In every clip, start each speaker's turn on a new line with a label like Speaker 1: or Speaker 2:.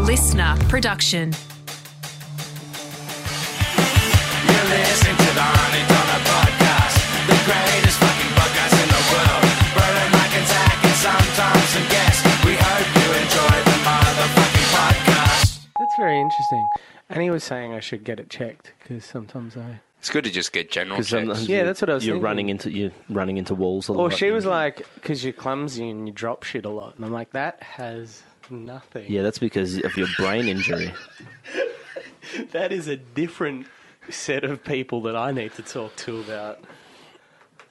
Speaker 1: listener production.
Speaker 2: You listen to the Honey Dollar Podcast, the greatest fucking podcast in the world. Roland Mike and Zach and sometimes a guest. We hope you enjoy the motherfucking podcast.
Speaker 3: That's very interesting. And he was saying I should get it checked because sometimes I.
Speaker 4: It's good to just get general
Speaker 5: Because
Speaker 4: checks.
Speaker 5: sometimes
Speaker 3: Yeah,
Speaker 5: you-
Speaker 3: that's what I was
Speaker 5: You're
Speaker 3: thinking.
Speaker 5: running into you're running into walls. A
Speaker 3: Or
Speaker 5: lot.
Speaker 3: she was like, because you're clumsy and you drop shit a lot. And I'm like, that has nothing.
Speaker 5: "Yeah, that's because of your brain injury."
Speaker 3: That is a different set of people that I need to talk to about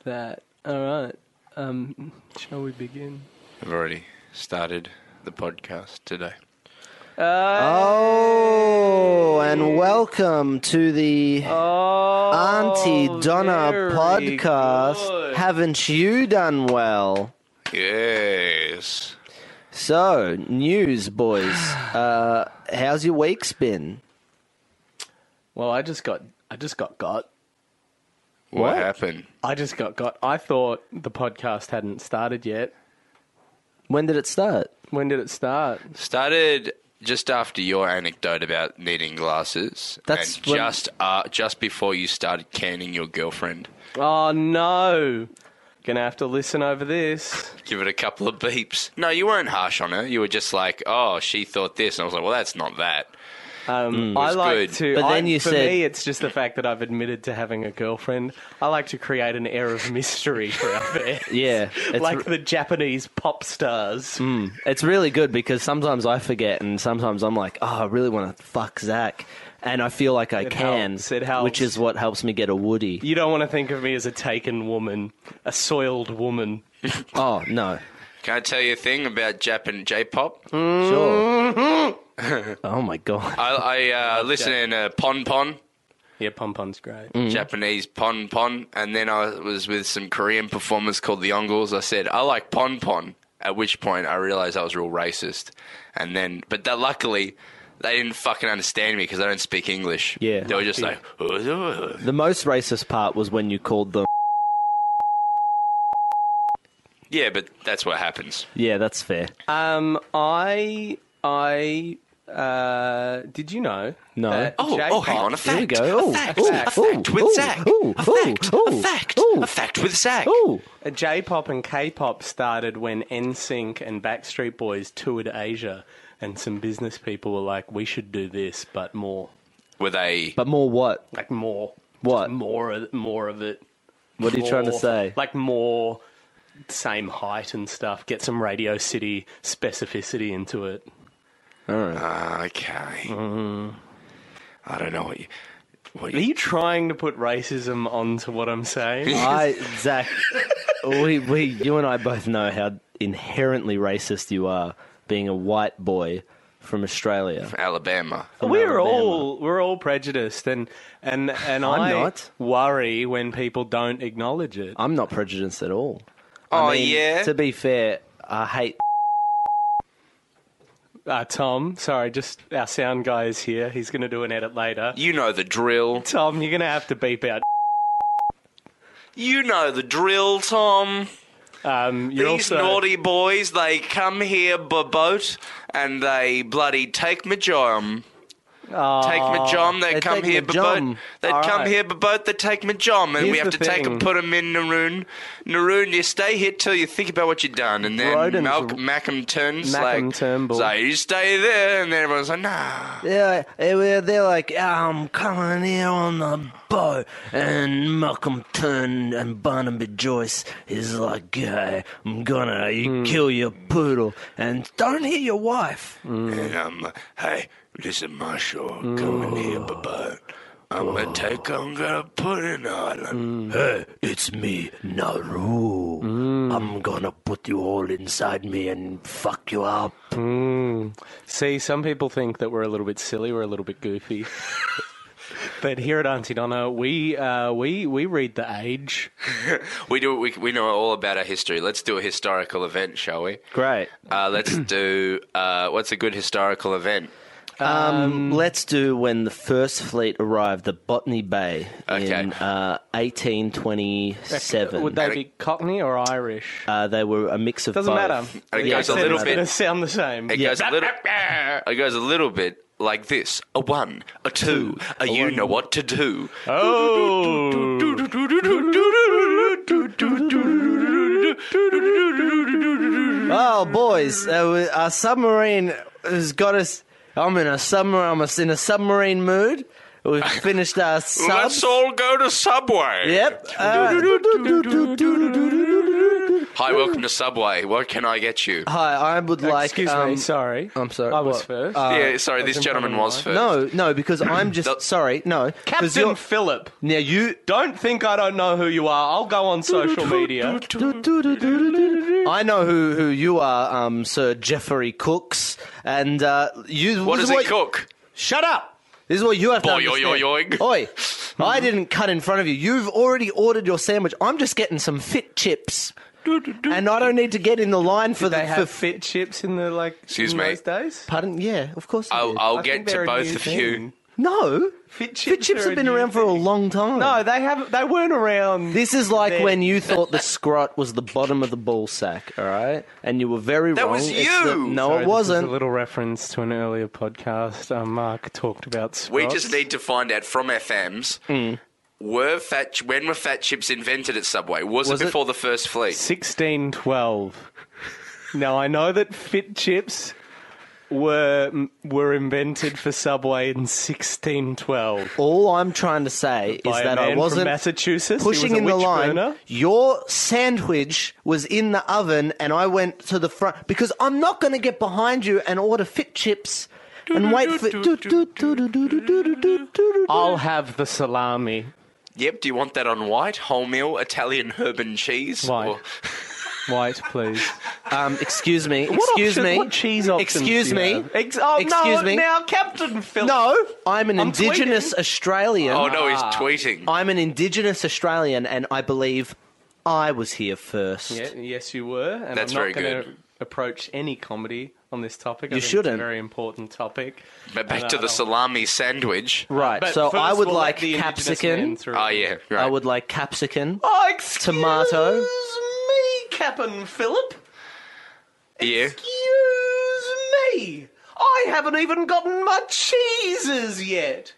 Speaker 3: that. All right. Um, shall we begin?
Speaker 4: I've already started the podcast today.
Speaker 3: Uh,
Speaker 5: Oh, and welcome to the
Speaker 3: Oh,
Speaker 5: Auntie Donna
Speaker 3: very
Speaker 5: podcast.
Speaker 3: good.
Speaker 5: Haven't you done well?
Speaker 4: Yes.
Speaker 5: So, news, boys. uh, how's your week's been?
Speaker 3: Well, I just got, I just got got.
Speaker 4: What, happened?
Speaker 3: I just got got. I thought the podcast hadn't started yet.
Speaker 5: When did it start?
Speaker 3: When did it start?
Speaker 4: Started just after your anecdote about needing glasses.
Speaker 5: That's
Speaker 4: and
Speaker 5: when-
Speaker 4: just uh, just before you started canning your girlfriend.
Speaker 3: Oh no! Gonna have to listen over this.
Speaker 4: Give it a couple of beeps. No, you weren't harsh on her. You were just like, oh, she thought this. And I was like, well, that's not that.
Speaker 3: Um, I
Speaker 4: was
Speaker 3: like
Speaker 4: good.
Speaker 3: to.
Speaker 5: But
Speaker 3: I-
Speaker 5: then you
Speaker 3: for
Speaker 5: said-
Speaker 3: me, it's just the fact that I've admitted to having a girlfriend. I like to create an air of mystery for our fans.
Speaker 5: Yeah, it's Mm.
Speaker 3: like
Speaker 5: re-
Speaker 3: the Japanese pop stars.
Speaker 5: It's really good because sometimes I forget, and sometimes I'm like, oh, I really want to fuck Zach, and I feel like I
Speaker 3: It
Speaker 5: can,
Speaker 3: helps, it helps.
Speaker 5: which is what helps me get a Woody.
Speaker 3: You don't want to think of me as a taken woman, a soiled woman.
Speaker 5: Oh no,
Speaker 4: Can I tell you a thing about Japan J pop?
Speaker 5: Mm. sure.
Speaker 4: Mm-hmm.
Speaker 5: oh my god,
Speaker 4: I, I uh, listen in uh, Pon Pon.
Speaker 3: Yeah, pom pom's great.
Speaker 5: Mm.
Speaker 4: Japanese pon pon, and then I was with some Korean performers called the Ongles. I said I like pon pon, at which point I realized I was real racist, and then but that luckily they didn't fucking understand me because I don't speak English.
Speaker 5: Yeah.
Speaker 4: they were just like,
Speaker 5: the most racist part was when you called them.
Speaker 4: yeah, but that's what happens.
Speaker 5: Yeah, that's fair.
Speaker 3: Um, I, I, uh, did you know?
Speaker 5: No.
Speaker 3: that
Speaker 4: Oh, oh,
Speaker 3: J-pop-
Speaker 4: hang on, a
Speaker 5: Here we
Speaker 4: fact,
Speaker 5: go. Oh,
Speaker 4: a fact,
Speaker 5: Ooh, ooh,
Speaker 4: a fact
Speaker 5: ooh,
Speaker 4: with
Speaker 5: ooh,
Speaker 4: Zach,
Speaker 5: ooh,
Speaker 4: a
Speaker 5: ooh,
Speaker 4: fact,
Speaker 5: ooh,
Speaker 4: a fact,
Speaker 5: ooh.
Speaker 4: a fact with Zach.
Speaker 5: Ooh,
Speaker 3: Uh, J-pop and K-pop started when NSYNC and Backstreet Boys toured Asia, and some business people were like, "We should do this, but more,
Speaker 4: Were they?
Speaker 5: but more what?
Speaker 3: like more,
Speaker 5: What?
Speaker 3: more, of, more of it."
Speaker 5: What are you trying to
Speaker 3: More-
Speaker 5: say?
Speaker 3: Like more, same height and stuff. Get some Radio City specificity into it.
Speaker 4: Ah, okay.
Speaker 5: Mm-hmm.
Speaker 4: I don't know what you. What
Speaker 3: Are you trying to put racism onto what I'm saying?
Speaker 5: I Zach, we we you and I both know how inherently racist you are, being a white boy from Australia.
Speaker 4: Alabama.
Speaker 5: from
Speaker 3: we're
Speaker 5: Alabama.
Speaker 3: all we're all prejudiced, and and and
Speaker 5: I'm
Speaker 3: I
Speaker 5: not.
Speaker 3: worry when people don't acknowledge it.
Speaker 5: I'm not prejudiced at all.
Speaker 4: Oh
Speaker 5: I mean,
Speaker 4: yeah.
Speaker 5: To be fair, I hate.
Speaker 3: Uh, Tom, sorry, just our sound guy is here. He's going to do an edit later.
Speaker 4: you know the drill.
Speaker 3: Tom, you're going to have to beep out.
Speaker 4: You know the drill, Tom.
Speaker 3: Um, you're
Speaker 4: These
Speaker 3: also
Speaker 4: naughty boys, they come here by boat and they bloody take my jom. take my jom, they,
Speaker 5: they
Speaker 4: come
Speaker 5: take
Speaker 4: here
Speaker 5: my
Speaker 4: by
Speaker 5: jom.
Speaker 4: boat. They
Speaker 3: All
Speaker 4: come
Speaker 3: right.
Speaker 4: here by boat, they take my jom, and we
Speaker 3: Here's
Speaker 4: have to
Speaker 3: the
Speaker 4: take
Speaker 3: thing.
Speaker 4: and put them in Naroon. Naroon, you stay here till you think about what you've done, and then
Speaker 3: Broden's-
Speaker 4: Malc Macam turns
Speaker 3: Malcolm
Speaker 4: like,
Speaker 3: Turnbull.
Speaker 4: so you stay there, and then everyone's like, nah.
Speaker 5: They're, they're they're like, I'm coming here on the boat, and Malcolm Turn and Barnaby Joyce is like, hey, I'm gonna
Speaker 3: Hmm.
Speaker 5: kill your poodle, and don't hit your wife.
Speaker 3: Hmm.
Speaker 4: And I'm like, hey, listen, Marshall, come in here by boat. I'm gonna take, I'm gonna put in Ireland.
Speaker 5: Hey, it's me, Naru.
Speaker 3: Hmm.
Speaker 5: I'm gonna put you all inside me and fuck you up.
Speaker 3: Hmm. see some people think that we're a little bit silly, we're a little bit goofy. but here at Auntie Donna, we uh, we we read the age.
Speaker 4: We do. We, we know all about our history. Let's do a historical event, shall we?
Speaker 5: Great.
Speaker 4: Uh, let's do. Uh, what's a good historical event?
Speaker 5: Um, let's do when the first fleet arrived at Botany Bay
Speaker 4: Okay.
Speaker 5: in uh, 1827.
Speaker 3: Would they be Cockney or Irish?
Speaker 5: uh, they were a mix of
Speaker 3: Doesn't
Speaker 5: both.
Speaker 3: matter.
Speaker 4: I think
Speaker 3: The
Speaker 4: it's a
Speaker 3: accent
Speaker 4: little
Speaker 3: is
Speaker 4: bit-
Speaker 3: gonna sound the same.
Speaker 4: It goes a little. It goes a little bit like this: a one, a two, a, you know what to do.
Speaker 3: Oh.
Speaker 5: Oh, boys, uh, w- our submarine has got us. I'm in a submarine. I'm a- in a submarine mood. We've finished our sub.
Speaker 4: Let's all go to Subway.
Speaker 5: Yep. uh,
Speaker 4: Hi, welcome to Subway. What can I get you?
Speaker 5: hi, I would like.
Speaker 3: Excuse
Speaker 5: um,
Speaker 3: me, sorry.
Speaker 5: I'm sorry, Uh,
Speaker 3: I was
Speaker 5: what?
Speaker 3: first.
Speaker 4: yeah, sorry, this
Speaker 3: in front
Speaker 4: gentleman
Speaker 3: of
Speaker 4: was
Speaker 3: mine.
Speaker 4: first.
Speaker 5: No, no, because I'm just sorry. No, 'cause
Speaker 3: Captain
Speaker 5: you're-
Speaker 3: Philip.
Speaker 5: Now you.
Speaker 3: Don't think I don't know who you are. I'll go on social media.
Speaker 5: I know who, who you are, um, Sir Jeffrey Cooks, and uh, you.
Speaker 4: What
Speaker 5: this
Speaker 4: does
Speaker 5: is
Speaker 4: it cook?
Speaker 5: Shut up! This is what you have to
Speaker 4: Boy, yo, yo,
Speaker 5: understand.
Speaker 4: yoing.
Speaker 5: Oi! I didn't cut in front of you. You've already ordered your sandwich. I'm just getting some fit chips, and I don't need to get in the line for
Speaker 3: They
Speaker 5: the
Speaker 3: have
Speaker 5: for
Speaker 3: fit chips in the like.
Speaker 4: Excuse
Speaker 3: in
Speaker 4: me.
Speaker 3: Those days.
Speaker 5: Pardon? Yeah, of course. I
Speaker 4: I'll,
Speaker 5: did.
Speaker 4: I'll
Speaker 3: I think
Speaker 4: get
Speaker 3: they're
Speaker 4: to
Speaker 3: a
Speaker 4: both
Speaker 3: new
Speaker 4: of
Speaker 3: thing.
Speaker 4: you.
Speaker 5: no,
Speaker 3: Fit chips,
Speaker 5: fit chips
Speaker 3: are
Speaker 5: have
Speaker 3: a
Speaker 5: been
Speaker 3: new
Speaker 5: around for a
Speaker 3: thing.
Speaker 5: long time.
Speaker 3: No, they have. They weren't around.
Speaker 5: This is like
Speaker 3: They-
Speaker 5: when you thought the scrot was the bottom of the ball sack, all right? And you were very
Speaker 4: That
Speaker 5: wrong.
Speaker 4: was
Speaker 5: It's
Speaker 4: you!
Speaker 5: the- no,
Speaker 3: Sorry,
Speaker 5: it
Speaker 3: this is
Speaker 5: wasn't.
Speaker 3: a little reference to an earlier podcast. Uh, Mark talked about. Scrots.
Speaker 4: We just need to find out from FMs. Were fat ch- when were fat chips invented at Subway? Was,
Speaker 5: Was it-
Speaker 4: it before the first fleet?
Speaker 3: sixteen twelve. Now I know that fit chips were were invented for Subway in sixteen twelve.
Speaker 5: All I'm trying to say is
Speaker 3: By a
Speaker 5: that I
Speaker 3: man from
Speaker 5: wasn't
Speaker 3: Massachusetts. He was
Speaker 5: pushing
Speaker 3: a
Speaker 5: in the
Speaker 3: witch
Speaker 5: line.
Speaker 3: burner.
Speaker 5: Your sandwich was in the oven, and I went to the front because I'm not going to get behind you and order fit chips and wait for.
Speaker 3: I'll have the salami.
Speaker 4: Yep. Do you want that on white, wholemeal, Italian herb and cheese?
Speaker 3: White.
Speaker 4: Or-
Speaker 3: White, please.
Speaker 5: Um, excuse me. Excuse
Speaker 3: option-
Speaker 5: me.
Speaker 3: What cheese options
Speaker 5: Excuse
Speaker 3: do you
Speaker 5: me.
Speaker 3: have? Ex- oh, no,
Speaker 5: Excuse me.
Speaker 3: Now, Captain Philip.
Speaker 5: No, I'm an
Speaker 3: I'm
Speaker 5: indigenous Australian.
Speaker 4: oh no, he's tweeting.
Speaker 5: I'm an Indigenous Australian, and I believe I was here first.
Speaker 3: Yeah, yes, you were. And
Speaker 4: That's
Speaker 3: I'm not
Speaker 4: very
Speaker 3: gonna
Speaker 4: good.
Speaker 3: Approach any comedy on this topic. I
Speaker 5: You
Speaker 3: think it's
Speaker 5: shouldn't.
Speaker 3: a very important topic.
Speaker 4: But back
Speaker 3: And
Speaker 4: to
Speaker 3: I
Speaker 4: the
Speaker 3: don't-
Speaker 4: salami sandwich.
Speaker 5: Right.
Speaker 3: But
Speaker 5: so
Speaker 3: first
Speaker 5: I would
Speaker 3: we'll let
Speaker 5: like
Speaker 3: the indigenous
Speaker 5: capsicum.
Speaker 3: man through.
Speaker 4: Oh yeah, right.
Speaker 5: I would like capsicum.
Speaker 3: Oh, excuse
Speaker 5: Tomato.
Speaker 3: me, Captain Philip.
Speaker 4: yeah.
Speaker 3: Excuse me. I haven't even gotten my cheeses yet.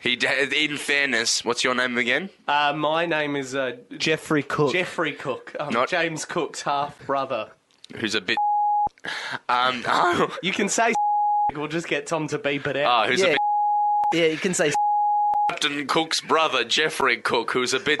Speaker 4: He d- in fairness, what's your name again?
Speaker 3: Uh, my name is uh,
Speaker 5: Jeffrey Cook.
Speaker 3: Jeffrey Cook. I'm
Speaker 4: Not-
Speaker 3: James Cook's half brother.
Speaker 4: Who's a bit. Um. Oh,
Speaker 3: You can say we'll just get Tom to beep it out.
Speaker 4: oh, who's a
Speaker 5: yeah.
Speaker 4: bit.
Speaker 5: yeah, you can say.
Speaker 4: Captain Cook's brother, Jeffrey Cook, who's a bit.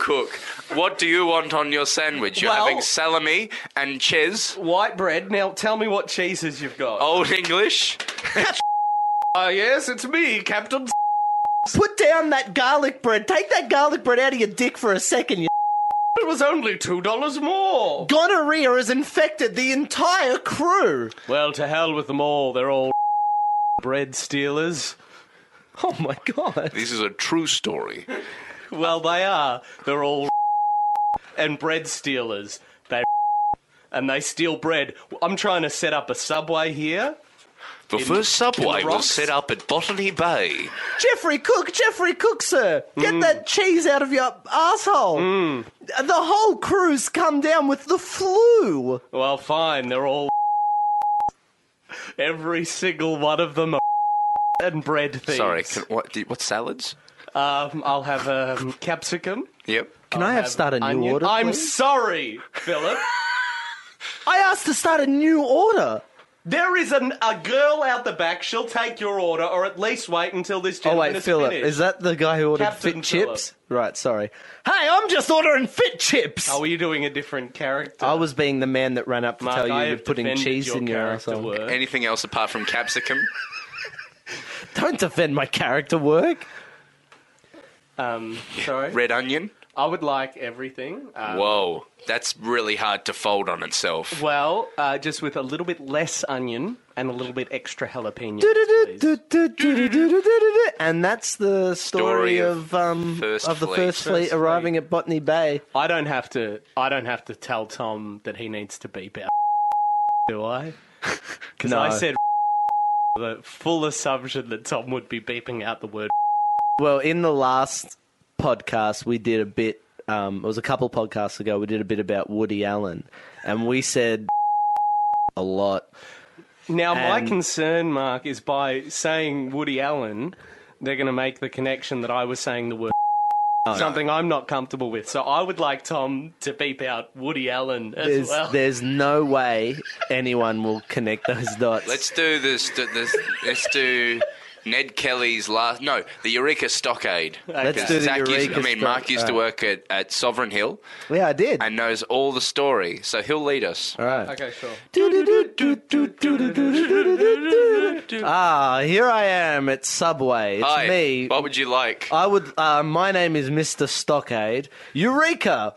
Speaker 4: Cook, what do you want on your sandwich? You're
Speaker 3: Well-
Speaker 4: having salami and cheese,
Speaker 5: Ah.
Speaker 3: White bread. Now tell me what cheeses you've got.
Speaker 4: old English.
Speaker 3: Ah, yes, it's me, Captain.
Speaker 5: Put down that garlic bread. Take that garlic bread out of your dick for a second. You
Speaker 3: It was only two dollars more.
Speaker 5: gonorrhea has infected the entire crew.
Speaker 3: Well, to hell with them all. They're all bread stealers.
Speaker 5: Oh my god.
Speaker 4: This is a true story.
Speaker 3: Well, they are. They're all and bread stealers. They and they steal bread. I'm trying to set up a subway here.
Speaker 4: The first subway was
Speaker 3: rocks?
Speaker 4: set up at Botany Bay.
Speaker 5: Jeffrey Cook, Jeffrey Cook, sir, get that cheese out of your asshole. The whole crew's come down with the flu.
Speaker 3: Well, fine. They're all every single one of them are and bread things.
Speaker 4: Sorry, can, what, did, what salads?
Speaker 3: Um, I'll have um, capsicum.
Speaker 4: Yep.
Speaker 5: Can I have start a new
Speaker 3: onion.
Speaker 5: order?
Speaker 3: I'm
Speaker 5: please?
Speaker 3: sorry, Philip.
Speaker 5: I asked to start a new order.
Speaker 3: There is an, a girl out the back. She'll take your order, or at least wait until this
Speaker 5: Oh
Speaker 3: gentleman
Speaker 5: wait,
Speaker 3: is
Speaker 5: Philip,
Speaker 3: finished.
Speaker 5: is that the guy who ordered
Speaker 3: Captain
Speaker 5: fit
Speaker 3: Philip.
Speaker 5: chips? Right, sorry. Hey, I'm just ordering fit chips.
Speaker 3: Oh, are you doing a different character?
Speaker 5: I was being the man that ran up to
Speaker 3: Mark,
Speaker 5: tell you
Speaker 3: I
Speaker 5: you're
Speaker 3: have
Speaker 5: putting
Speaker 3: defended
Speaker 5: cheese
Speaker 3: your
Speaker 5: in your
Speaker 3: character
Speaker 5: asshole.
Speaker 3: work.
Speaker 4: Anything else apart from capsicum?
Speaker 5: Don't defend my character work.
Speaker 3: Um, sorry.
Speaker 4: Red onion?
Speaker 3: I would like everything. Uh,
Speaker 4: Whoa, that's really hard to fold on itself.
Speaker 3: well, uh, just with a little bit less onion and a little bit extra jalapeno. please.
Speaker 5: And that's the story
Speaker 4: Story of
Speaker 5: of um
Speaker 4: First
Speaker 5: of the
Speaker 4: Fleet.
Speaker 5: first fleet
Speaker 3: First
Speaker 5: arriving at Botany Bay.
Speaker 3: I don't have to. I don't have to tell Tom that he needs to beep out. do I? Because
Speaker 5: No.
Speaker 3: I said the full assumption that Tom would be beeping out the word.
Speaker 5: Well, in the last podcast, we did a bit. Um, it was a couple podcasts ago. We did a bit about Woody Allen, and we said a lot.
Speaker 3: Now, my
Speaker 5: And-
Speaker 3: concern, Mark, is by saying Woody Allen, they're going to make the connection that I was saying the word. Something I'm not comfortable with. So I would like Tom to beep out Woody Allen as
Speaker 5: There's,
Speaker 3: well.
Speaker 5: there's no way anyone will connect those dots.
Speaker 4: Let's do this. this let's do Ned Kelly's last. No, the Eureka Stockade.
Speaker 5: Let's do the
Speaker 4: Zach used-
Speaker 5: Eureka
Speaker 4: I mean,
Speaker 5: Stock-
Speaker 4: Mark used to
Speaker 5: uh,
Speaker 4: work at, at Sovereign Hill
Speaker 5: yeah, I did.
Speaker 4: and knows all the story, so he'll lead us.
Speaker 5: All right.
Speaker 3: okay, sure.
Speaker 5: Ah, here I am at Subway. It's
Speaker 4: Hi,
Speaker 5: me.
Speaker 4: what would you like?
Speaker 5: I would. Uh, my name is Mr. Stockade. Eureka!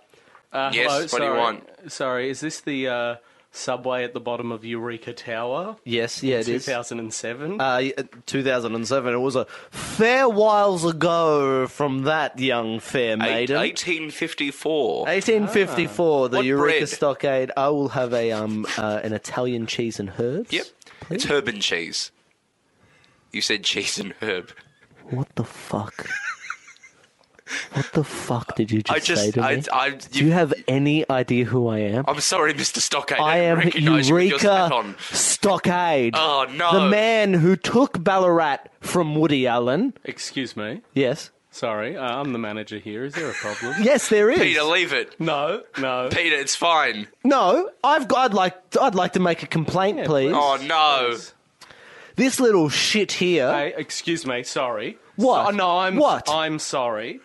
Speaker 3: Uh,
Speaker 4: Yes,
Speaker 3: hello,
Speaker 4: what do
Speaker 3: sorry.
Speaker 4: you want?
Speaker 3: Sorry, is this the uh, subway at the bottom of Eureka Tower?
Speaker 5: Yes, yeah, it is.
Speaker 3: 2007.
Speaker 5: Uh, y- 2007. It was a fair whiles ago from that young fair
Speaker 4: Eight-
Speaker 5: maiden.
Speaker 4: 1854.
Speaker 5: 1854, the
Speaker 4: What
Speaker 5: Eureka
Speaker 4: bread?
Speaker 5: Stockade. I will have a um uh, an Italian cheese and herbs.
Speaker 4: Yep. It's herb and cheese. You said cheese and herb.
Speaker 5: What the fuck? what the fuck did you just,
Speaker 4: I
Speaker 5: say
Speaker 4: just,
Speaker 5: to
Speaker 4: I,
Speaker 5: me?
Speaker 4: I,
Speaker 5: Do you have any idea who I am?
Speaker 4: I'm sorry, Mr. Stockade.
Speaker 5: I
Speaker 4: didn't
Speaker 5: am
Speaker 4: recognize you with your hat
Speaker 5: Eureka
Speaker 4: on.
Speaker 5: Stockade.
Speaker 4: Oh, no.
Speaker 5: The man who took Ballarat from Woody Allen.
Speaker 3: Excuse me.
Speaker 5: Yes.
Speaker 3: Sorry, uh, I'm the manager here. Is there a problem?
Speaker 5: Yes, there is.
Speaker 4: Peter, leave it.
Speaker 3: no, no.
Speaker 4: Peter, it's fine.
Speaker 5: No, I've got. I'd like. I'd like to make a complaint, please.
Speaker 4: Oh no.
Speaker 5: This little shit here.
Speaker 3: Hey, excuse me. Sorry.
Speaker 5: What?
Speaker 3: So- no, I'm.
Speaker 5: What?
Speaker 3: I'm sorry.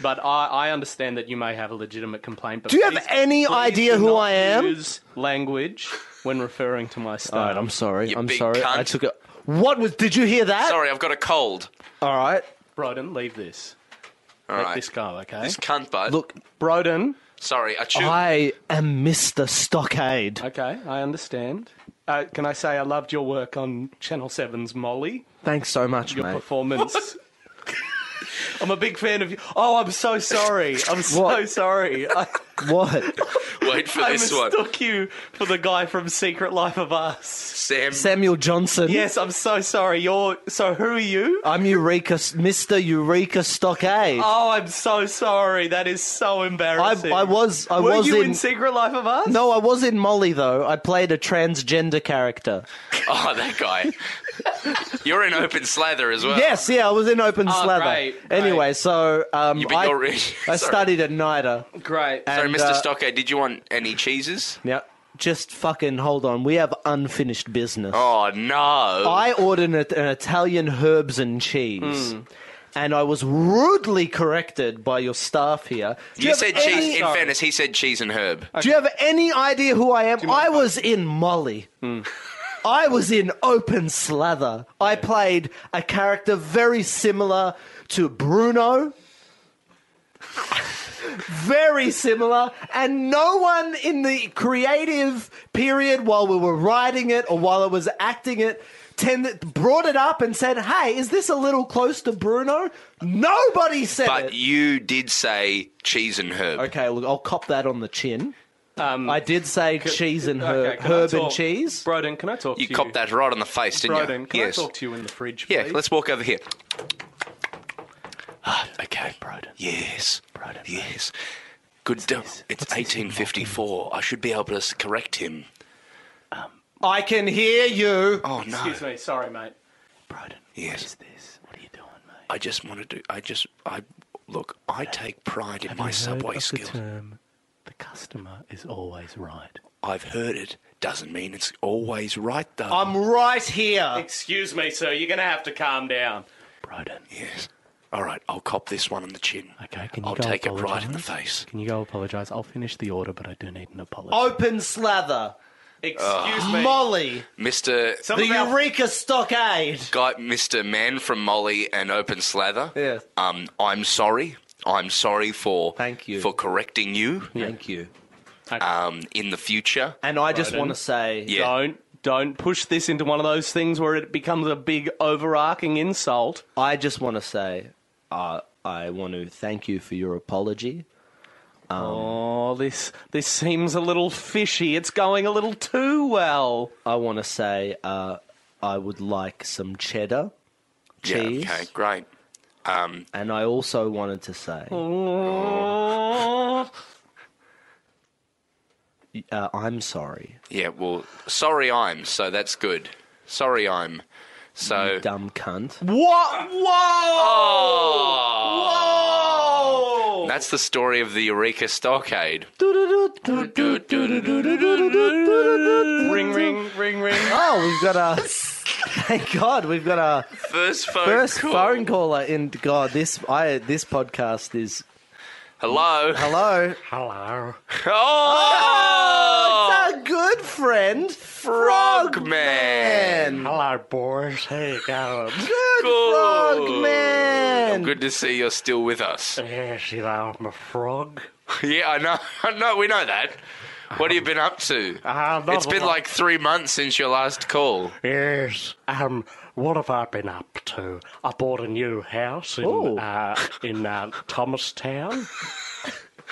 Speaker 3: But I, I understand that you may have a legitimate complaint. But
Speaker 5: Do you have
Speaker 3: please-
Speaker 5: any
Speaker 3: please
Speaker 5: idea
Speaker 3: do
Speaker 5: who
Speaker 3: not
Speaker 5: I am?
Speaker 3: Use language when referring to my staff.
Speaker 5: All right, I'm sorry.
Speaker 4: You
Speaker 5: I'm
Speaker 4: big
Speaker 5: sorry. I
Speaker 4: cunt.
Speaker 5: took a. What was? Did you hear that?
Speaker 4: Sorry, I've got a cold.
Speaker 5: All right.
Speaker 3: Broden, leave this.
Speaker 4: All
Speaker 3: Let
Speaker 4: right.
Speaker 3: this go, okay?
Speaker 4: This cunt butt.
Speaker 5: Look,
Speaker 3: Broden.
Speaker 4: Sorry, I chew.
Speaker 5: I am Mr. Stockade.
Speaker 3: Okay, I understand. Uh, can I say I loved your work on Channel 7's Molly?
Speaker 5: Thanks so much,
Speaker 3: Your
Speaker 5: mate.
Speaker 3: performance. I'm a big fan of you. Oh, I'm so sorry. I'm so
Speaker 5: What?
Speaker 3: sorry. I,
Speaker 5: what?
Speaker 4: Wait for
Speaker 3: I
Speaker 4: this one.
Speaker 3: mistook you for the guy from Secret Life of Us.
Speaker 4: Sam.
Speaker 5: Samuel Johnson.
Speaker 3: Yes, I'm so sorry. You're so. Who are you?
Speaker 5: I'm Eureka, Mr. Eureka Stockade.
Speaker 3: Oh, I'm so sorry. That is so embarrassing.
Speaker 5: I was- I
Speaker 3: Were
Speaker 5: was
Speaker 3: you
Speaker 5: in-
Speaker 3: in Secret Life of Us?
Speaker 5: no, I was in Molly though. I played a transgender character.
Speaker 4: Oh, that guy. You're in open slather as well.
Speaker 5: Yes, yeah, I was in
Speaker 4: Oh,
Speaker 5: Open Slather.
Speaker 3: great, great.
Speaker 5: Anyway, so um,
Speaker 4: You, but
Speaker 5: I,
Speaker 4: you're rich.
Speaker 5: I
Speaker 4: Sorry.
Speaker 5: studied at NIDA.
Speaker 3: Great.
Speaker 4: Sorry,
Speaker 5: and,
Speaker 4: Mr.
Speaker 5: uh,
Speaker 4: Stockade. Did you want any cheeses?
Speaker 5: Yeah. Just fucking hold on. We have unfinished business.
Speaker 4: Oh no.
Speaker 5: I ordered an, an Italian herbs and cheese.
Speaker 4: Hmm.
Speaker 5: And I was rudely corrected by your staff here. Do
Speaker 4: you
Speaker 5: have
Speaker 4: said
Speaker 5: any-
Speaker 4: cheese. In fairness, he said cheese and herb.
Speaker 5: Do you have any idea who I am? I was in Molly. I was in Open Slather. I played a character very similar to Bruno. very similar. And no one in the creative period while we were writing it or while I was acting it tended, brought it up and said, hey, is this a little close to Bruno? Nobody said
Speaker 4: But
Speaker 5: it.
Speaker 4: you did say cheese and herb.
Speaker 5: Okay, look, I'll cop that on the chin.
Speaker 3: Um,
Speaker 5: I did say cheese and herb,
Speaker 3: Okay, can I
Speaker 5: herb and
Speaker 3: talk-
Speaker 5: cheese.
Speaker 3: Broden, can I talk
Speaker 4: You
Speaker 3: to
Speaker 4: copped
Speaker 3: you?
Speaker 4: that right on the face, didn't you?
Speaker 3: Broden, can
Speaker 4: yes.
Speaker 3: I talk to you in the fridge,
Speaker 4: yeah,
Speaker 3: please?
Speaker 4: let's walk over here. Ah, okay, Broden. Yes. Broden. Yes. Good. do- It's 1854. I should be able to s- correct him.
Speaker 5: I can hear you.
Speaker 4: Oh no.
Speaker 3: Excuse me. Sorry, mate.
Speaker 4: Yes. I just wanted to. I just. I look. I take pride in my subway skills.
Speaker 3: term, the customer is always right.
Speaker 4: I've heard it. Doesn't mean it's always right though.
Speaker 5: I'm right here.
Speaker 3: Excuse me, sir. You're going to have to calm down.
Speaker 1: Broden.
Speaker 4: yes. All right. I'll cop this one on the chin.
Speaker 1: Okay, can you
Speaker 4: I'll
Speaker 1: go
Speaker 4: take it right in the
Speaker 1: apologise?
Speaker 4: face.
Speaker 1: Can you go apologise? I'll finish the order, but I do need an apology.
Speaker 5: Open slather.
Speaker 3: Excuse me.
Speaker 5: Molly.
Speaker 4: Mr.
Speaker 3: Some
Speaker 5: The
Speaker 3: of our-
Speaker 5: Eureka Stockade.
Speaker 4: guy, Mr. Man from Molly and Open Slather.
Speaker 5: Yes.
Speaker 4: Um, I'm sorry. I'm sorry for
Speaker 5: Thank you.
Speaker 4: for correcting you.
Speaker 5: Thank you.
Speaker 4: Um, in the future.
Speaker 5: And I just
Speaker 3: Broden.
Speaker 5: want to say,
Speaker 4: Yeah.
Speaker 3: Don't don't push this into one of those things where it becomes a big overarching insult.
Speaker 5: I just want to say, uh, I want to thank you for your apology.
Speaker 3: oh, this this seems a little fishy. It's going a little too well.
Speaker 5: I want to say uh, I would like some cheddar cheese,
Speaker 4: Yeah, okay, great.
Speaker 5: and I also wanted to say
Speaker 3: Oh,
Speaker 5: uh, I'm sorry,
Speaker 4: Yeah, well, sorry I'm, so that's good. Sorry I'm. So,
Speaker 5: dumb cunt.
Speaker 3: what? Whoa!
Speaker 4: that's the story of the Eureka Stockade.
Speaker 5: Oh,
Speaker 3: Ring, ring, ring, ring.
Speaker 5: Oh, we've got a. Thank God, we've got a
Speaker 4: First phone
Speaker 5: first
Speaker 4: call.
Speaker 5: phone caller. In God, this I this podcast is
Speaker 4: Hello.
Speaker 5: hello.
Speaker 4: Oh!
Speaker 5: Our good friend
Speaker 4: Frogman.
Speaker 1: Hello, boys. How you going?
Speaker 5: Good
Speaker 4: Good.
Speaker 5: Frogman.
Speaker 4: Good to see you're still with us.
Speaker 1: Yes, you know, I'm a frog.
Speaker 4: Yeah, I know. I know. We know that. What have you been up to?
Speaker 1: Uh,
Speaker 4: It's been like three months since your last call.
Speaker 1: Yes. Um, what have I been up to? I bought a new house
Speaker 5: Ooh.
Speaker 4: Oh.
Speaker 1: in, uh, in uh, Thomastown.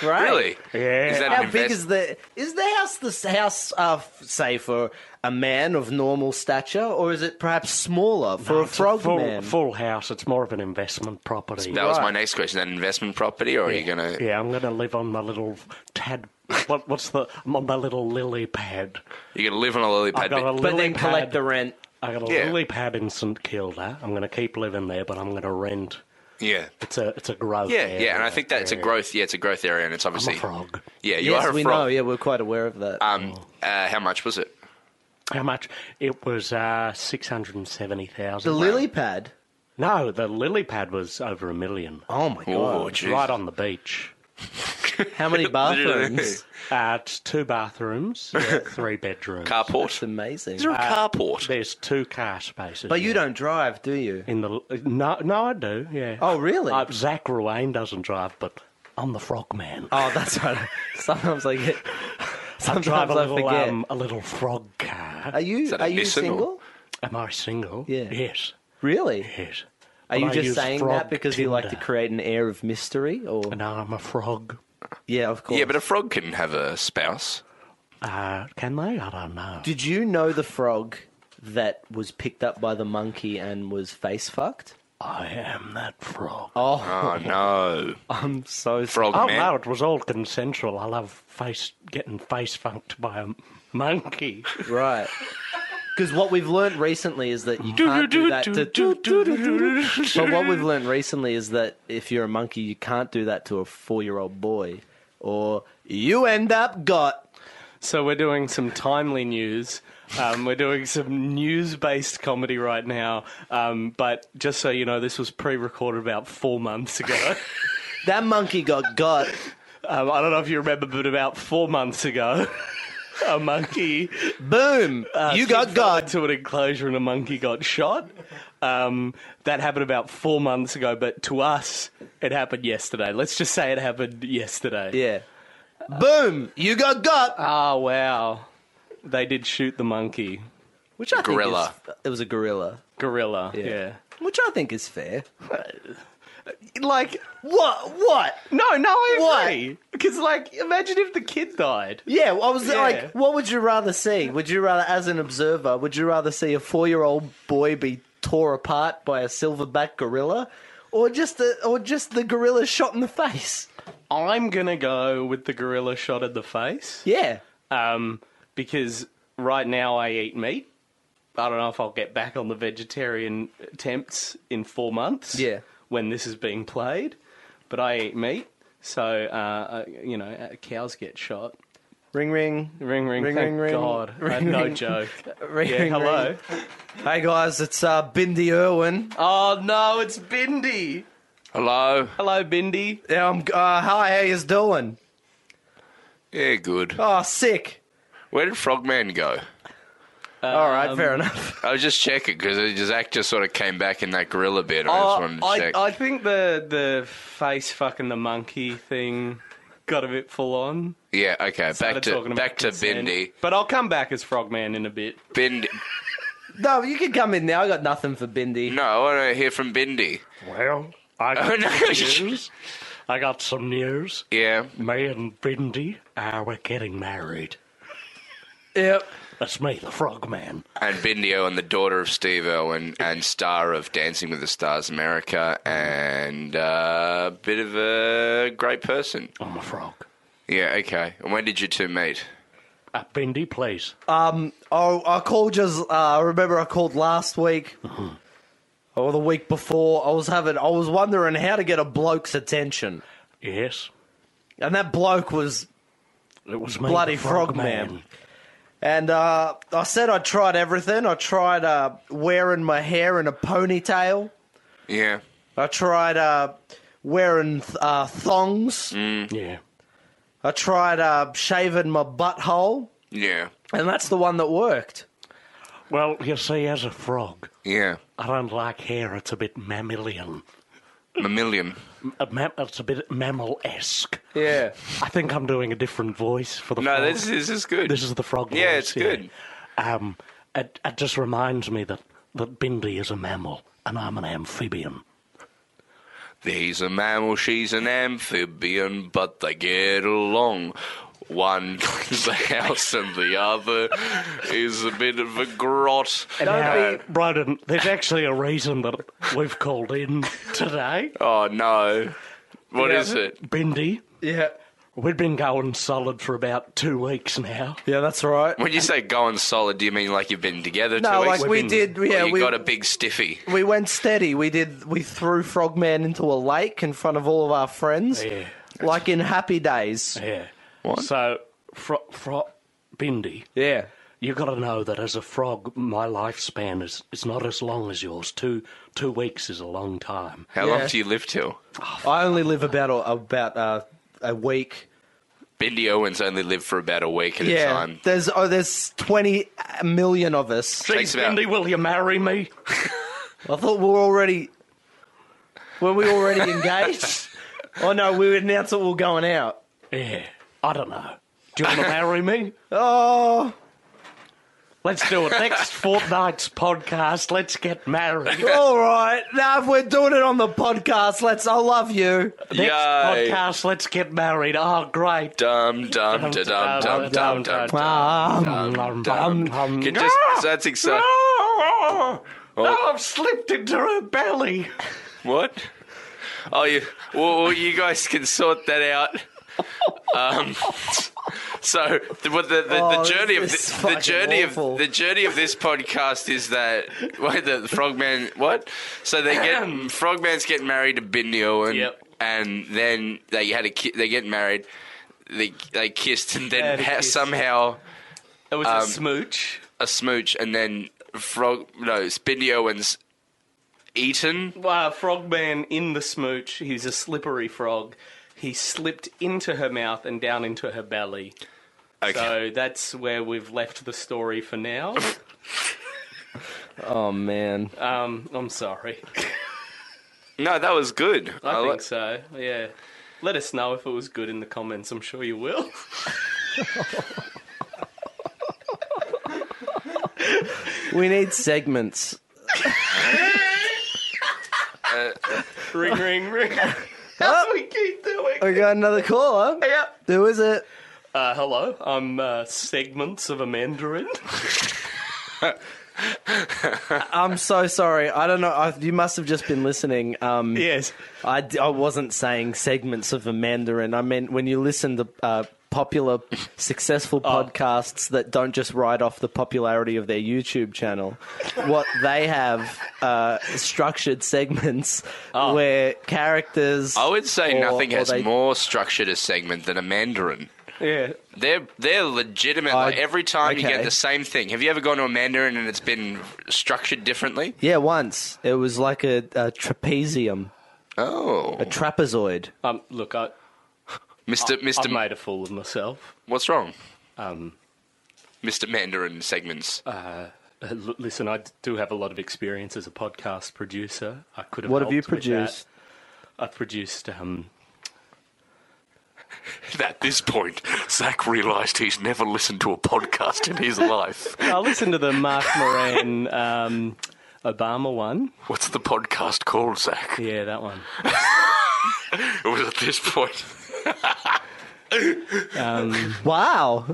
Speaker 5: Great.
Speaker 4: Really?
Speaker 1: Yeah.
Speaker 4: Is that
Speaker 5: How
Speaker 4: an
Speaker 5: big
Speaker 4: invest-
Speaker 5: is the is the house the s- house uh, f- say for a man of normal stature or is it perhaps smaller for a
Speaker 1: It's
Speaker 5: frog
Speaker 1: full,
Speaker 5: man?
Speaker 1: full house. It's more of an investment property.
Speaker 4: That was my next question. That investment property, or are you gonna?
Speaker 1: Yeah, I'm going to live on my little tad. What, what's the? I'm on my little lily pad.
Speaker 4: You're gonna live on a lily
Speaker 1: I've
Speaker 4: pad.
Speaker 1: got a
Speaker 4: but-
Speaker 1: lily
Speaker 5: but then
Speaker 1: pad.
Speaker 5: collect the rent.
Speaker 1: I got a
Speaker 4: Yeah.
Speaker 1: lily pad in St Kilda. I'm going to keep living there, but I'm going to rent.
Speaker 4: Yeah.
Speaker 1: It's a it's a growth.
Speaker 4: Yeah,
Speaker 1: area.
Speaker 4: yeah, and I think that it's a growth. Yeah, it's a growth area, and it's
Speaker 1: I'm a
Speaker 4: obviously.
Speaker 1: frog.
Speaker 4: Yeah, you
Speaker 5: yes,
Speaker 4: are a
Speaker 5: we
Speaker 4: frog.
Speaker 5: know. Yeah, we're quite aware of that.
Speaker 4: Um, uh, how much was it?
Speaker 1: How much? It was uh, six hundred and seventy
Speaker 5: the
Speaker 1: thousand.
Speaker 5: lily pad.
Speaker 1: No, the lily pad was over a million.
Speaker 5: Oh my
Speaker 4: Oh,
Speaker 5: god!
Speaker 4: jeez.
Speaker 1: right on the beach.
Speaker 5: How many bathrooms?
Speaker 1: Uh, it's two bathrooms, three bedrooms.
Speaker 5: it's
Speaker 4: Carport.
Speaker 5: amazing.
Speaker 4: Is there a
Speaker 1: Uh,
Speaker 4: carport?
Speaker 1: There's two car spaces.
Speaker 5: But you
Speaker 1: yeah.
Speaker 5: don't drive, do you?
Speaker 1: In the no, no, I do. Yeah.
Speaker 5: Oh, really?
Speaker 1: Uh, Zach Ruane doesn't drive, but I'm the frog man.
Speaker 5: Oh, that's right. Sometimes I get.
Speaker 1: I
Speaker 5: Sometimes
Speaker 1: drive a
Speaker 5: I
Speaker 1: little,
Speaker 5: forget.
Speaker 1: um, a little frog car.
Speaker 5: are you
Speaker 4: that a
Speaker 5: are you
Speaker 4: Nissan or-
Speaker 5: single?
Speaker 1: Am I single?
Speaker 5: Yeah.
Speaker 1: Yes.
Speaker 5: Really?
Speaker 1: Yes.
Speaker 5: Are
Speaker 1: But
Speaker 5: you
Speaker 1: I
Speaker 5: just
Speaker 1: use
Speaker 5: saying
Speaker 1: frog
Speaker 5: that because you like to
Speaker 1: Tinder.
Speaker 5: create an air of mystery? Or
Speaker 1: No, I'm a frog.
Speaker 5: yeah, of course.
Speaker 4: Yeah, but a frog can have a spouse.
Speaker 1: Uh, can they? I don't know.
Speaker 5: Did you know the frog that was picked up by the monkey and was face fucked?
Speaker 1: I am that frog.
Speaker 5: Oh,
Speaker 4: Oh no,
Speaker 5: I'm so sorry.
Speaker 4: frog
Speaker 1: Oh
Speaker 4: man.
Speaker 1: no, it was all consensual. I love face getting face funked by a monkey.
Speaker 5: Right. Because what we've learned recently is that you can't do that to. But what we've learned recently is that if you're a monkey, you can't do that to a four-year-old boy, or you end up got.
Speaker 3: So we're doing some timely news. Um, we're doing some news-based comedy right now. Um, but just so you know, this was pre-recorded about four months ago.
Speaker 5: That monkey got got.
Speaker 3: um, I don't know if you remember, but about four months ago. A monkey.
Speaker 5: Boom!
Speaker 3: fell
Speaker 5: you got got.
Speaker 3: into an enclosure, and a monkey got shot. Um, that happened about four months ago, but to us, it happened yesterday. Let's just say it happened yesterday.
Speaker 5: Yeah. Boom! You got got.
Speaker 3: Ah, wow. They did shoot the monkey.
Speaker 5: Which I think
Speaker 4: Gorilla.
Speaker 5: is- it was a gorilla.
Speaker 3: Gorilla. Yeah.
Speaker 5: Which I think is fair.
Speaker 3: Like,
Speaker 5: What? What?
Speaker 3: no, no, I
Speaker 5: Why?
Speaker 3: agree. Because, like, imagine if the kid died.
Speaker 5: Yeah, well, I was
Speaker 3: Yeah.
Speaker 5: like, what would you rather see? Would you rather, as an observer, would you rather see a four-year-old boy be tore apart by a silverback gorilla, or just the, or just the gorilla shot in the face?
Speaker 3: I'm gonna go with the gorilla shot in the face.
Speaker 5: Yeah,
Speaker 3: Um, because right now I eat meat. I don't know if I'll get back on the vegetarian attempts in four months.
Speaker 5: Yeah.
Speaker 3: When this is being played, but I eat meat, so uh, uh, you know uh, cows get shot.
Speaker 5: ring ring,
Speaker 3: Ring ring
Speaker 5: Ring,
Speaker 3: thank
Speaker 5: ring, ring.
Speaker 3: God.
Speaker 5: Ring,
Speaker 3: Uh, no
Speaker 5: ring.
Speaker 3: joke.
Speaker 5: ring
Speaker 3: yeah,
Speaker 5: ring.
Speaker 3: hello.
Speaker 5: ring. Hey guys, it's uh, Bindi Irwin.
Speaker 3: Oh no, it's Bindi.
Speaker 4: Hello.
Speaker 3: Hello, Bindi.
Speaker 5: Yeah, I'm. Uh, hi, how you doing?
Speaker 4: Yeah, good.
Speaker 5: Oh, sick.
Speaker 4: Where did Frogman go?
Speaker 3: Uh,
Speaker 5: All right,
Speaker 3: um,
Speaker 5: fair enough.
Speaker 4: I was just checking because Zach just sort of came back in that gorilla bit. I
Speaker 1: Uh,
Speaker 4: just wanted to
Speaker 3: Uh, I,
Speaker 4: check.
Speaker 3: I think the the face fucking the monkey thing got a bit full on.
Speaker 4: yeah, okay. Back
Speaker 3: Started
Speaker 4: to
Speaker 3: talking about
Speaker 4: back to
Speaker 3: consent.
Speaker 4: Bindi.
Speaker 3: But I'll come back as Frogman in a bit.
Speaker 4: Bindi.
Speaker 5: No, you can come in now. I got nothing for Bindi.
Speaker 4: No, I want to hear from Bindi.
Speaker 1: Well, I
Speaker 4: Oh,
Speaker 1: got
Speaker 4: no.
Speaker 1: some news. I got some news.
Speaker 4: Yeah.
Speaker 1: Me and Bindi, uh, we're getting married.
Speaker 4: Yep.
Speaker 1: That's me, the frogman.
Speaker 4: and Bindio and the daughter of Steve Irwin and star of Dancing with the Stars America and uh, a bit of a great person.
Speaker 1: I'm a frog.
Speaker 4: Yeah, okay. And when did you two meet?
Speaker 1: Uh, Bindi, please.
Speaker 5: Um, oh, I called just. Uh, I remember I called last week or the week before. I was having. I was wondering how to get a bloke's attention,
Speaker 1: Yes,
Speaker 5: and that bloke was.
Speaker 1: it was me.
Speaker 5: Bloody
Speaker 1: the frogman.
Speaker 5: frogman. And uh, I said I tried everything. I tried uh, wearing my hair in a ponytail.
Speaker 4: Yeah.
Speaker 5: I tried uh, wearing th- uh, thongs.
Speaker 1: Yeah.
Speaker 5: I tried uh, shaving my butthole,
Speaker 4: Yeah.
Speaker 5: and that's the one that worked.
Speaker 1: Well, you see, as a frog,
Speaker 4: Yeah.
Speaker 1: I don't like hair. It's a bit mammalian.
Speaker 4: Mammalian.
Speaker 1: A mam- it's a bit mammal esque.
Speaker 5: Yeah.
Speaker 1: I think I'm doing a different voice for the
Speaker 4: No,
Speaker 1: frog.
Speaker 4: this, this is good.
Speaker 1: This is the frog voice.
Speaker 4: Yeah, it's good.
Speaker 1: yeah. Um, it, it just reminds me that, that Bindi is a mammal and I'm an amphibian.
Speaker 4: He's a mammal, she's an amphibian, but they get along. One cleans the house and the other is a bit of a grot.
Speaker 1: Now, Broden, there's actually a reason that we've called in today.
Speaker 4: Oh, no. What
Speaker 5: Yeah.
Speaker 4: is it?
Speaker 1: Bindi,
Speaker 5: Yeah.
Speaker 1: we've been going solid for about two weeks now.
Speaker 5: Yeah, that's right.
Speaker 4: When you say going solid, do you mean like you've been together
Speaker 5: No,
Speaker 4: two
Speaker 5: like
Speaker 4: weeks?
Speaker 5: we did.
Speaker 4: Or
Speaker 5: Yeah,
Speaker 4: you
Speaker 5: we
Speaker 4: got a big stiffy.
Speaker 5: we went steady. We did. We threw Frogman into a lake in front of all of our friends,
Speaker 1: Yeah.
Speaker 5: like in Happy Days.
Speaker 1: Yeah. So, fro- fro- Bindi,
Speaker 5: Yeah.
Speaker 1: you got to know that as a frog, my lifespan is, is not as long as yours. Two two weeks is a long time.
Speaker 4: How
Speaker 5: Yeah.
Speaker 4: long do you live till?
Speaker 5: I only live about a, about uh, a week.
Speaker 4: Bindi Owens only lived for about a week at a
Speaker 5: Yeah.
Speaker 4: time.
Speaker 5: There's oh, there's twenty million of us.
Speaker 4: Takes
Speaker 1: Please,
Speaker 4: about-
Speaker 1: Bindi, will you marry me?
Speaker 5: I thought we were already. Were we already engaged? oh no, we announced that we were going out.
Speaker 1: Yeah. I don't know. Do you want to marry me?
Speaker 5: Oh,
Speaker 1: Let's do it. Next fortnight's podcast, let's get married.
Speaker 5: all right. Now if we're doing it on the podcast, let's. I love you.
Speaker 1: Next
Speaker 4: Yay.
Speaker 1: podcast, let's get married. Oh, great.
Speaker 4: Dum dum da dum dum dum dum.
Speaker 5: Um,
Speaker 1: Dum, dum.
Speaker 4: Can just so that's exciting.
Speaker 1: Oh, now Ah! I've slipped into her belly.
Speaker 4: What? Oh, you. Well, well, you guys can sort that out. Um, so the, what the, the,
Speaker 5: Oh,
Speaker 4: the journey of
Speaker 5: this is
Speaker 4: thi- the
Speaker 5: fucking
Speaker 4: journey
Speaker 5: awful.
Speaker 4: of the journey of this podcast is that wait the, frogman what so they get frogman's getting married to Bindi Owen
Speaker 1: Yep.
Speaker 4: and then they had a ki- they get married they they kissed and then
Speaker 3: They had a
Speaker 4: ha-
Speaker 3: kiss.
Speaker 4: somehow
Speaker 3: It was
Speaker 4: Um,
Speaker 3: a smooch.
Speaker 4: a smooch and then frog no it's Bindi Owen's eaten
Speaker 3: Uh, frogman in the smooch. He's a slippery frog. He slipped into her mouth and down into her belly.
Speaker 4: okay
Speaker 3: So that's where we've left the story for now.
Speaker 5: oh man.
Speaker 3: Um, I'm sorry.
Speaker 4: no that was good
Speaker 3: I,
Speaker 4: li-
Speaker 3: think so. Yeah. Let us know if it was good in the comments. I'm sure you will.
Speaker 5: We need segments.
Speaker 3: ring, ring, ring. How do we keep doing?
Speaker 5: We got another caller.
Speaker 3: Yeah.
Speaker 5: Who is it?
Speaker 3: Uh, hello, I'm uh, Segments of a Mandarin.
Speaker 5: I'm so sorry. I don't know. I, you must have just been listening. Um,
Speaker 3: yes.
Speaker 5: I, d- I wasn't saying segments of a Mandarin. I meant when you listen to uh, popular, successful
Speaker 4: Oh.
Speaker 5: podcasts that don't just write off the popularity of their YouTube channel, what they have uh, structured segments where characters.
Speaker 4: Oh. I would say
Speaker 5: or-
Speaker 4: nothing
Speaker 5: or
Speaker 4: has
Speaker 5: they-
Speaker 4: more structure to segment than a Mandarin.
Speaker 3: Yeah.
Speaker 4: They're they're legitimate. like every time you
Speaker 5: okay.
Speaker 4: get the same thing. Have you ever gone to a Mandarin and it's been structured differently?
Speaker 5: Yeah, once. It was like a, a trapezium,
Speaker 4: Oh,
Speaker 5: a trapezoid.
Speaker 3: Um, look, I,
Speaker 4: Mister Mister,
Speaker 3: I've made a fool of myself.
Speaker 4: what's wrong,
Speaker 3: Um,
Speaker 4: Mister Mandarin segments?
Speaker 3: uh, l- listen, I d- do have a lot of experience as a podcast producer. I could have.
Speaker 5: What have you
Speaker 3: helped with that.
Speaker 5: produced?
Speaker 3: I've produced. Um,
Speaker 2: At this point, Zach realised he's never listened to a podcast in his life.
Speaker 3: I listened oh, to the Mark Moran um, Obama one.
Speaker 2: What's the podcast called, Zach?
Speaker 3: Yeah, that one.
Speaker 2: It was at this point.
Speaker 5: Wow.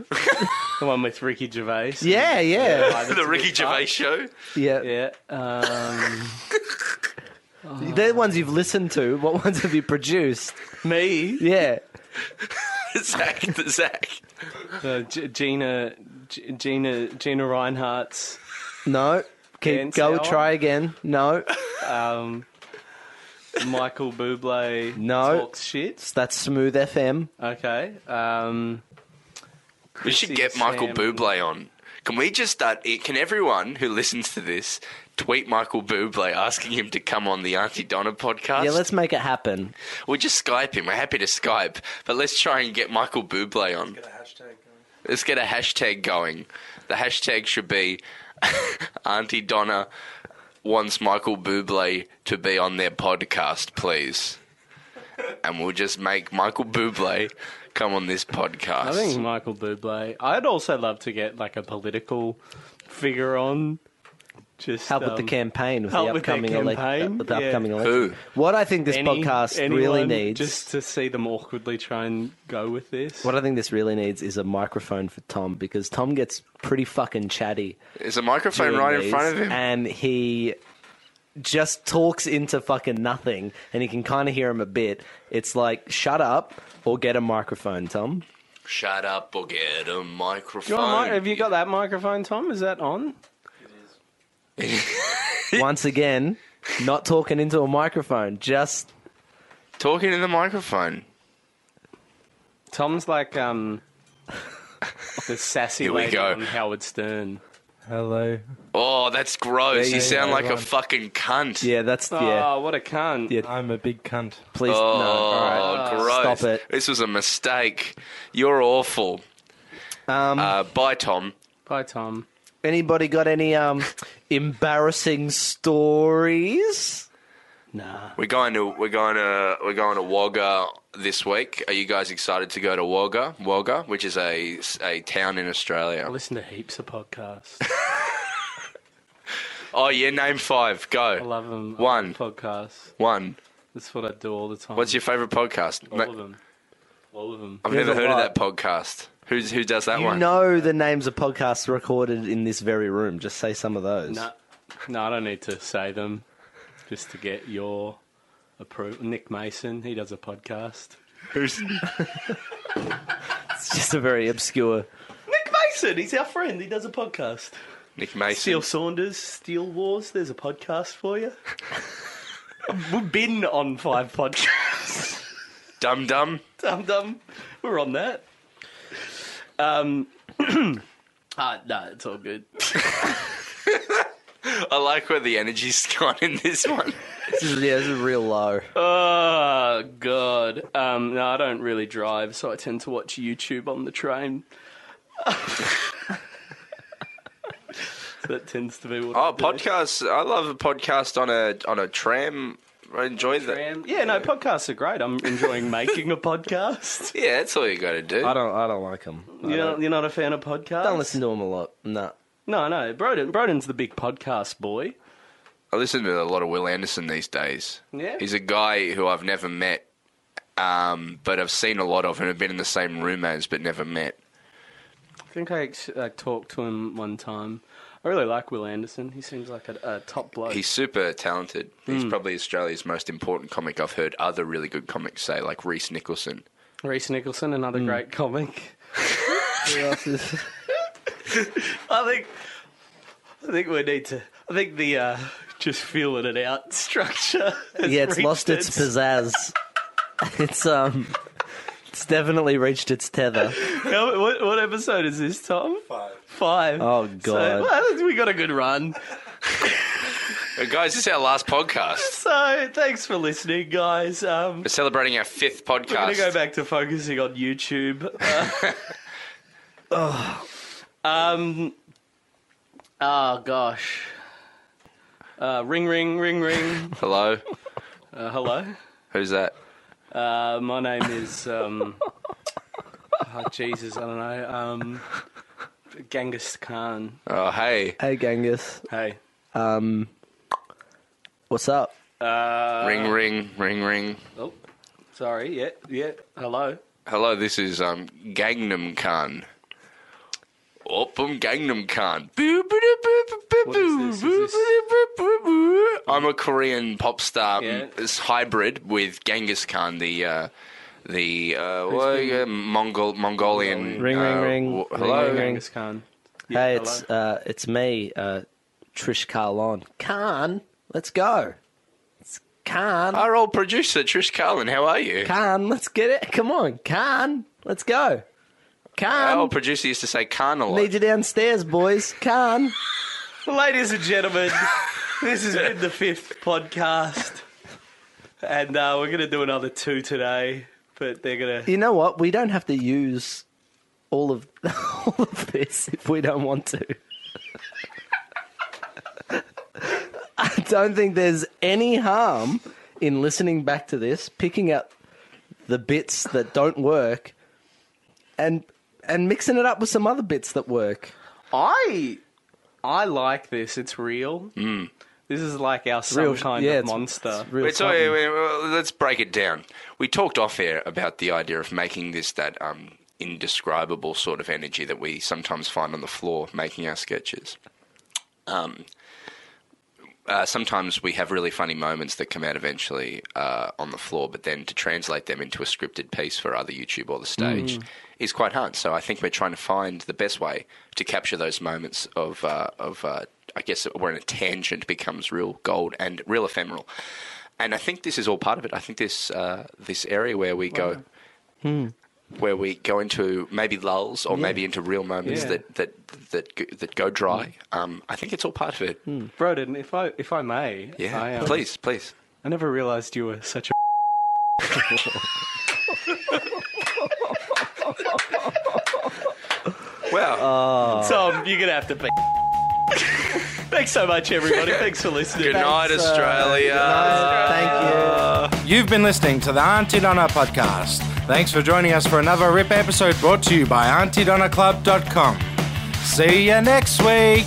Speaker 3: The one with Ricky Gervais.
Speaker 5: Yeah, yeah.
Speaker 2: the Ricky Gervais show.
Speaker 5: Yeah.
Speaker 3: Yeah. Um,
Speaker 5: They're ones you've listened to. What ones have you produced?
Speaker 3: me.
Speaker 5: Yeah.
Speaker 2: Zach, Zach.
Speaker 3: Uh, G- Gina. G- Gina. Gina Reinhardt's.
Speaker 5: No.
Speaker 3: Dan
Speaker 5: Keep go.
Speaker 3: Sauer?
Speaker 5: Try again. No.
Speaker 3: Um, Michael Bublé.
Speaker 5: No.
Speaker 3: Talks shit.
Speaker 5: That's Smooth FM.
Speaker 3: Okay. Um,
Speaker 4: We should
Speaker 3: Chrissy,
Speaker 4: get Michael
Speaker 3: Sam.
Speaker 4: Bublé on. Can we just start? eh, Can everyone who listens to this tweet Michael Bublé asking him to come on the Auntie Donna podcast?
Speaker 5: Yeah, let's make it happen.
Speaker 4: We'll just Skype him. We're happy to Skype, but let's try and get Michael Bublé on. Let's get a hashtag going. The hashtag should be Auntie Donna wants Michael Bublé to be on their podcast, please. And we'll just make Michael Bublé come on this podcast.
Speaker 3: I think Michael Bublé. I'd also love to get like a political figure on. Just
Speaker 5: Help with the
Speaker 3: um,
Speaker 5: campaign with the
Speaker 3: help with their
Speaker 5: upcoming election.
Speaker 3: campaign?
Speaker 5: With the
Speaker 3: Yeah.
Speaker 5: upcoming
Speaker 4: Who?
Speaker 5: election. What I think this
Speaker 3: any-
Speaker 5: podcast really
Speaker 3: anyone,
Speaker 5: needs.
Speaker 3: just to see them awkwardly try and go with this.
Speaker 5: What I think this really needs is a microphone for Tom because Tom gets pretty fucking chatty.
Speaker 4: There's a microphone
Speaker 5: doing
Speaker 4: right in
Speaker 5: these,
Speaker 4: front of him.
Speaker 5: And he just talks into fucking nothing and you can kind of hear him a bit. It's like, shut up or get a microphone, Tom.
Speaker 4: Shut up or get a microphone.
Speaker 3: You want a mic- Oh, have you got that microphone, Tom? Is that on?
Speaker 5: Once again, not talking into a microphone, just
Speaker 4: Talking in the microphone.
Speaker 3: Tom's like um, the sassy
Speaker 4: Here we
Speaker 3: lady
Speaker 4: go.
Speaker 3: on Howard Stern.
Speaker 6: Hello.
Speaker 4: Oh, that's gross. You,
Speaker 6: you
Speaker 4: sound
Speaker 6: go,
Speaker 4: like a
Speaker 6: everyone.
Speaker 4: fucking cunt.
Speaker 5: yeah, that's
Speaker 3: Oh,
Speaker 5: yeah.
Speaker 3: what a cunt!
Speaker 5: Yeah.
Speaker 6: I'm a big cunt.
Speaker 5: Please
Speaker 4: Oh,
Speaker 5: no. All right.
Speaker 4: gross.
Speaker 5: Ah, Stop it.
Speaker 4: This was a mistake. You're awful.
Speaker 5: Um,
Speaker 4: Uh, bye, Tom.
Speaker 3: Bye, Tom.
Speaker 5: anybody got any um embarrassing stories?
Speaker 4: We're going to we're going to we're going to Wagga this week. Are you guys excited to go to Wagga? Wagga, which is a a town in
Speaker 3: I
Speaker 4: Australia.
Speaker 3: listen to heaps of podcasts.
Speaker 4: Oh yeah, name five.
Speaker 3: I
Speaker 4: Go
Speaker 3: love them.
Speaker 4: One.
Speaker 3: podcast.
Speaker 4: one.
Speaker 3: That's what I do all the time.
Speaker 4: What's your favorite podcast?
Speaker 3: all of them? All of them.
Speaker 4: I've
Speaker 5: There's
Speaker 4: never
Speaker 5: a
Speaker 4: heard of that
Speaker 5: lot.
Speaker 4: podcast. Who's who does that
Speaker 5: You
Speaker 4: one?
Speaker 5: know the names of podcasts recorded in this very room. Just say some of those.
Speaker 3: No, no, I don't need to say them. Just to get your approval. Nick Mason, he does a podcast.
Speaker 4: Who's
Speaker 5: It's just a very obscure.
Speaker 3: Nick Mason, he's our friend. He does a podcast.
Speaker 4: Nick Mason?
Speaker 3: Steel Saunders, Steel Wars. There's a podcast for you. We've been on five podcasts.
Speaker 4: Dum Dum.
Speaker 3: Dum dum. We're on that. Um. Ah, no, it's all good.
Speaker 4: I like where the energy's gone in this one.
Speaker 5: This is, yeah, this is real low.
Speaker 3: Oh god. Um, no, I don't really drive, so I tend to watch YouTube on the train. So that tends to be what.
Speaker 4: Oh,
Speaker 3: I do.
Speaker 4: podcasts! I love a podcast on a on a tram. I enjoy that.
Speaker 3: Um, yeah, no, podcasts are great. I'm enjoying making a podcast.
Speaker 4: Yeah, that's all you got to do.
Speaker 5: I don't. I don't like them. I
Speaker 3: You're
Speaker 5: don't,
Speaker 3: not, you're not a fan of podcasts?
Speaker 5: don't listen to them a lot. No.
Speaker 3: No, no. Broden, Broden's the big podcast boy.
Speaker 4: I listen to a lot of Will Anderson these days.
Speaker 3: Yeah.
Speaker 4: He's a guy who I've never met, um, but I've seen a lot of and have been in the same room as, but never met.
Speaker 3: I think I ex- uh, talked to him one time. I really like Will Anderson. He seems like a, a top bloke.
Speaker 4: He's super talented. He's
Speaker 3: Hmm.
Speaker 4: probably Australia's most important comic. I've heard other really good comics say, like Reese Nicholson.
Speaker 3: Reese Nicholson, another
Speaker 4: Hmm.
Speaker 3: great comic.
Speaker 5: Who else is-
Speaker 3: I think I think we need to I think the uh just feeling it out structure. has
Speaker 5: yeah, it's
Speaker 3: reached
Speaker 5: lost its pizzazz. it's um. It's definitely reached its tether.
Speaker 3: How- what, what episode is this, Tom? Five. Five.
Speaker 5: Oh,
Speaker 3: So,
Speaker 5: God.
Speaker 3: well, we got a good run.
Speaker 4: Uh, guys, this is our last podcast.
Speaker 3: So thanks for listening, guys. Um
Speaker 4: We're celebrating our fifth podcast.
Speaker 3: we're gonna go back to focusing on YouTube. Uh, oh. um Oh gosh. Uh, ring ring ring ring.
Speaker 4: Hello,
Speaker 3: Uh, hello.
Speaker 4: who's that?
Speaker 3: Uh, my name is um, oh, Jesus, I don't know. Um, Genghis Khan.
Speaker 4: Oh, hey,
Speaker 5: Hey, Genghis.
Speaker 3: Hey,
Speaker 5: Um, what's up?
Speaker 3: uh,
Speaker 4: ring, ring, ring, ring.
Speaker 3: oh, Sorry, yeah, yeah. Hello.
Speaker 4: Hello, this is um, Gangnam Khan. Opum Gangnam Khan.
Speaker 3: is this? Is
Speaker 4: I'm a Korean pop star.
Speaker 3: Yeah.
Speaker 4: It's hybrid with Genghis Khan, the uh, the uh, what, uh, Mongol Mongolian.
Speaker 5: Ring, ring,
Speaker 4: uh,
Speaker 5: ring.
Speaker 4: w-
Speaker 5: Ring,
Speaker 4: hello.
Speaker 5: ring, ring.
Speaker 3: Genghis Khan.
Speaker 5: hey, it's uh, it's me, uh, Trish Carlon. Khan, let's go. It's Khan,
Speaker 4: Our old producer Trish Carlin. How are you?
Speaker 5: Khan, let's get it. Come on, Khan, let's go.
Speaker 4: Our
Speaker 5: Khan,
Speaker 4: old producer used to say Khan a lot.
Speaker 5: need you downstairs, boys. Khan.
Speaker 3: Ladies and gentlemen, this has been the fifth podcast, and uh, we're gonna do another two today. But they're gonna.
Speaker 5: You know what? We don't have to use all of all of this if we don't want to. I don't think there's any harm in listening back to this, picking up the bits that don't work, and and mixing it up with some other bits that work.
Speaker 3: I, I like this. It's real.
Speaker 4: Mm.
Speaker 3: This is like our some
Speaker 5: Real
Speaker 3: kind
Speaker 5: yeah,
Speaker 3: of
Speaker 5: it's-
Speaker 3: monster.
Speaker 5: It's real
Speaker 4: Wait, so
Speaker 5: something.
Speaker 4: wait, wait, well, let's break it down. We talked off air about the idea of making this that um, indescribable sort of energy that we sometimes find on the floor making our sketches. Um, uh, sometimes we have really funny moments that come out eventually uh, on the floor, but then to translate them into a scripted piece for either YouTube or the stage is quite hard. So I think we're trying to find the best way to capture those moments of uh, of uh, I guess when a tangent becomes real gold and real ephemeral. And I think this is all part of it. I think this uh, this area where we go. Where we go into maybe lulls or maybe into real moments
Speaker 3: Yeah.
Speaker 4: that, that that go- that go dry. Um, I think it's all part of it.
Speaker 3: Broden, if I if I may,
Speaker 4: Yeah,
Speaker 3: I, uh,
Speaker 4: please, please.
Speaker 3: I never realised you were such a. Uh,
Speaker 4: Well,
Speaker 3: Tom, you're gonna have to be. Thanks so much, everybody. Thanks uh, for listening.
Speaker 4: good night, Australia.
Speaker 5: Thank you.
Speaker 2: You've been listening to the Auntie Donna podcast. Thanks for joining us for another RIP episode brought to you by AuntieDonnaClub.com. See you next week.